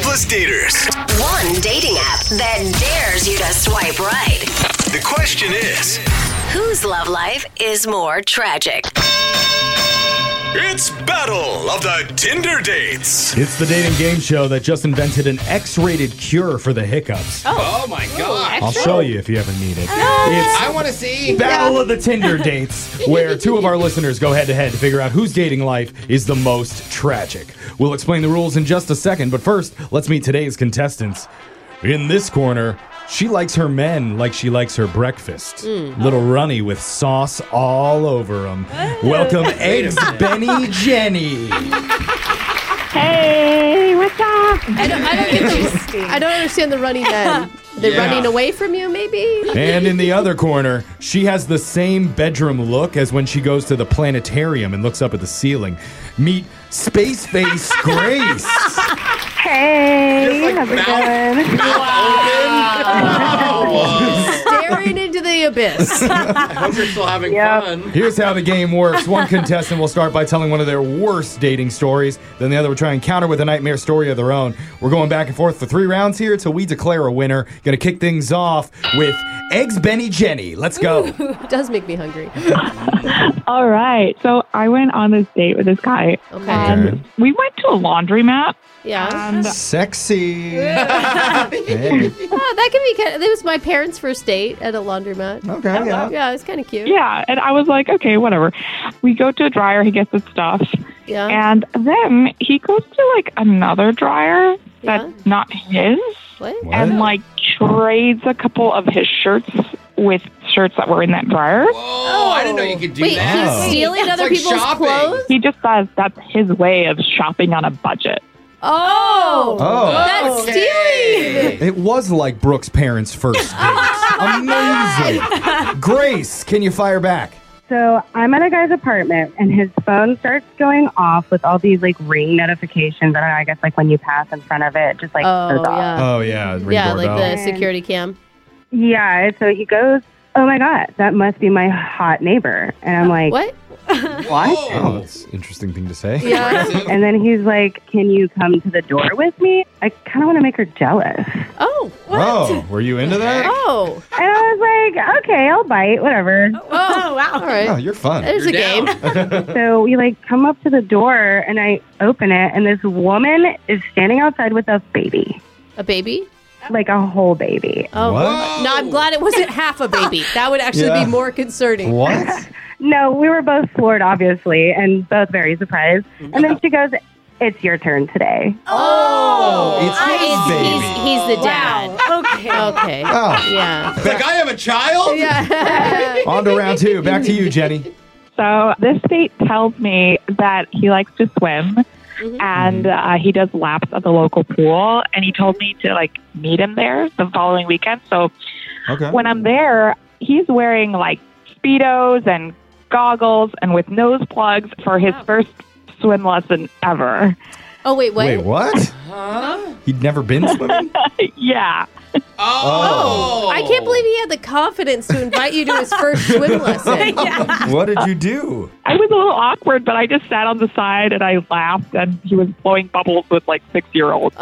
Plus daters. One dating app that dares you to swipe right. The question is Whose love life is more tragic? it's Battle of the Tinder Dates. It's the dating game show that just invented an X-rated cure for the hiccups. Oh my god. I'll show you if you ever need it. It's I want to see. Battle of the Tinder Dates, where two of our listeners go head to head to figure out whose dating life is the most tragic. We'll explain the rules in just a second, but first, let's meet today's contestants. In this corner, she likes her men like she likes her breakfast. Little runny with sauce all over him. Welcome, Eggs Benny Jenny. Hey, what's up? I don't, I don't get the, I don't understand the running men. They're Yeah. running away from you, maybe. And in the other corner, she has the same bedroom look as when she goes to the planetarium and looks up at the ceiling. Meet Space Face Grace. Hey, Just like how's it mouth- going? Staring into the abyss. I hope you're still having Yeah. fun. Here's how the game works. One contestant will start by telling one of their worst dating stories. Then the other will try and counter with a nightmare story of their own. We're going back and forth for three rounds here till we declare a winner. Gonna kick things off with Eggs Benny Jenny. Let's go. It does make me hungry. All right. So I went on this date with this guy. Okay. And we went to a laundromat. Yeah. And Sexy. Hey. Oh, that can be kind of, it was my parents' first date at a laundromat. Oh, Okay. yeah. Yeah, it's kind of cute. yeah, and I was like, okay, whatever. We go to a dryer, he gets his stuff. Yeah. And then he goes to like another dryer that's Yeah. not his What? What? and like trades a couple of his shirts with shirts that were in that dryer. Oh, I didn't know you could do Wait, that. Oh. he's stealing It's other like people's shopping. clothes? He just says that's his way of shopping on a budget. Oh. Oh. That's Okay. It was like Brooke's parents' first date. Amazing. Grace, can you fire back? So I'm at a guy's apartment, and his phone starts going off with all these like ring notifications. I don't know. I guess like when you pass in front of it, just like Oh, goes off. yeah. Oh yeah, ring yeah, like doorbell. the security cam. Yeah. and So he goes, "Oh my god, that must be my hot neighbor," and I'm like, What? What? Oh, that's an interesting thing to say. Yeah. And then he's like, "Can you come to the door with me?" I kind of want to make her jealous. Oh. Oh, were you into that? Oh. And I was like, "Okay, I'll bite, whatever." Oh. wow. All Oh, right. you're fun. There's a game. So we like come up to the door, and I open it, and this woman is standing outside with a baby, A baby? like a whole baby. Oh. What? No, I'm glad it wasn't half a baby. That would actually Yeah. be more concerning. What? No, we were both floored, obviously, and both very surprised. And then she goes, "It's your turn today." Oh, it's his He's- baby. He's, he's the dad. Okay. Okay. Oh. Yeah. It's like I have a child. Yeah. On to round two. Back to you, Jenny. So this date tells me that he likes to swim and uh, he does laps at the local pool. And he told me to like meet him there the following weekend. So Okay. when I'm there, he's wearing like speedos and goggles and with nose plugs for his first swim lesson ever. oh wait, what? Wait, what? Huh? He'd never been swimming? yeah. Oh. I can't believe he had the confidence to invite you to his first swim lesson. What did you do? I was a little awkward, but I just sat on the side and I laughed, and he was blowing bubbles with like six year olds.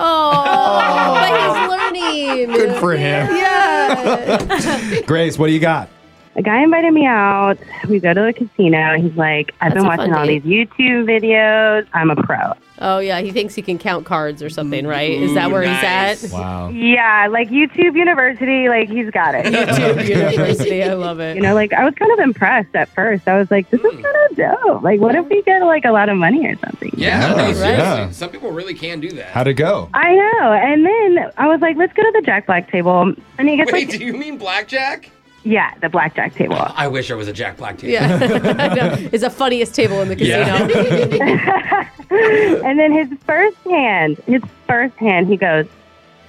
Oh, but he's learning. Good for him. Yeah. Grace, what do you got? A guy invited me out. We go to a casino. He's like, "I've That's been a fun watching all date. these YouTube videos. I'm a pro." Oh yeah, he thinks he can count cards or something, right? Is Mm, that where Nice. he's at? Wow. Yeah, like YouTube University. Like he's got it. YouTube University, I love You it. know, like I was kind of impressed at first. I was like, "This is kind of dope. Like, what if we get like a lot of money or something?" Yeah. Yeah, no, seriously. yeah. Some people really can do that. How'd it go? I know. And then I was like, "Let's go to the Jack Black table." And he gets Wait, like, do you mean blackjack? "Yeah, the blackjack table." I wish I was a Jack Black too. Yeah, I know. it's the funniest table in the Yeah. casino. and then his first hand, his first hand, he goes,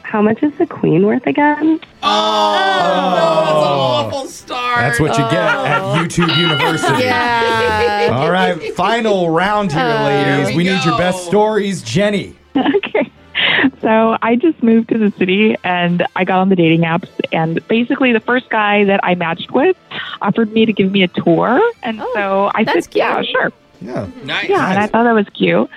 How much is the queen worth again? Oh, no, that's an awful start. Oh. That's what you get at YouTube University. yeah. All right, final round here, ladies. Here we we need your go. best stories. Jenny. Okay. So I just moved to the city and I got on the dating apps. And basically, the first guy that I matched with offered me to give me a tour. And Oh, so I that's said, Yeah, cute. sure. Yeah. Nice. Yeah. And I thought that was cute.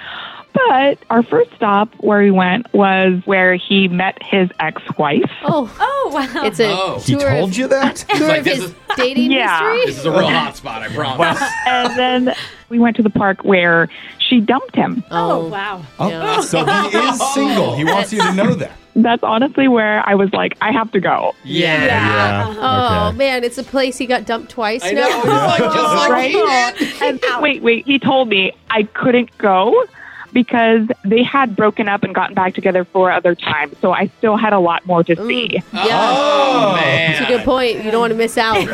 But our first stop where we went was where he met his ex wife. Oh, Oh, wow. it's a Oh. tour, of, you that? tour Like, of this his is- dating Yeah. history. This is a real hot spot, I promise. And then we went to the park where she dumped him. oh, wow. Oh, so he is single. He wants you to know that. That's honestly where I was like, I have to go. Yeah. Yeah. Oh okay. man, it's a place he got dumped twice I know. now. Just like, just like he did. And wait, wait, he told me I couldn't go because they had broken up and gotten back together four other times. So I still had a lot more to see. Yeah, Oh, it's a good man. point. You don't want to miss out.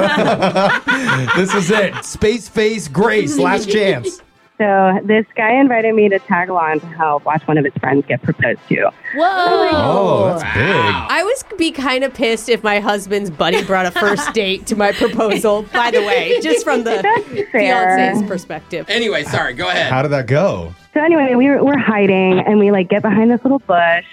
This is it. Space face Grace. Last chance. So this guy invited me to tag along to help watch one of his friends get proposed to. Whoa! Oh, that's Wow. I was be kind of pissed if my husband's buddy brought a first date to my proposal. By the way, just from the fair. fiance's perspective. Anyway, sorry. Go ahead. How did that go? So anyway, we were, we're hiding and we like get behind this little bush.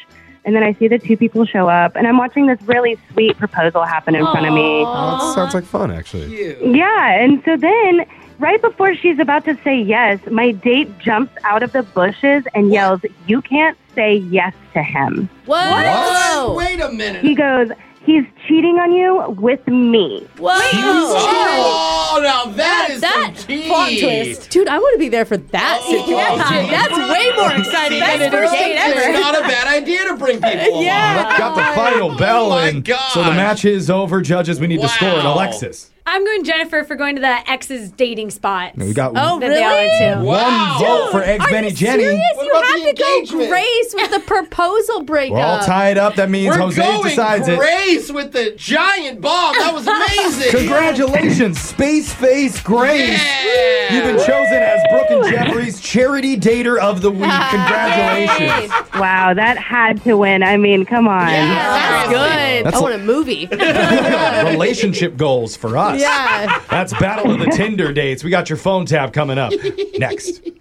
And then I see the two people show up and I'm watching this really sweet proposal happen in front of me. Oh, it sounds like fun, actually. You. Yeah, and so then right before she's about to say yes, my date jumps out of the bushes and yells, "You can't say yes to him." Whoa! Whoa! Wait a minute. He goes, "He's cheating on you with me." Oh, now that is That some tea. plot twist, dude! I want to be there for that Oh, situation. yeah. That's way more exciting Best than a first date date. ever. It's not a bad idea to bring people Yeah. along. Got the final bell Oh my in. gosh. So the match is over. Judges, we need Wow. to score it. Alexis. I'm going Jennifer for going to the ex's dating spot. We got Oh, one That they all really? went to. Wow. vote for Eggs Are Benny you Jenny. serious? What you about the have to go engagement? Grace with the proposal breakup. We're all tied up. That means We're Jose going decides it. Grace with the giant bomb. That was amazing. Congratulations, Space Face Grace. Yeah. You've been chosen as Brooke and Jeffrey's charity dater of the week. Congratulations. Hey, Wow, that had to win. I mean, come on. That's Seriously. good. That's I a- want a movie. Relationship goals for us. yeah. That's Battle of the Tinder Dates. We got your phone tap coming up next.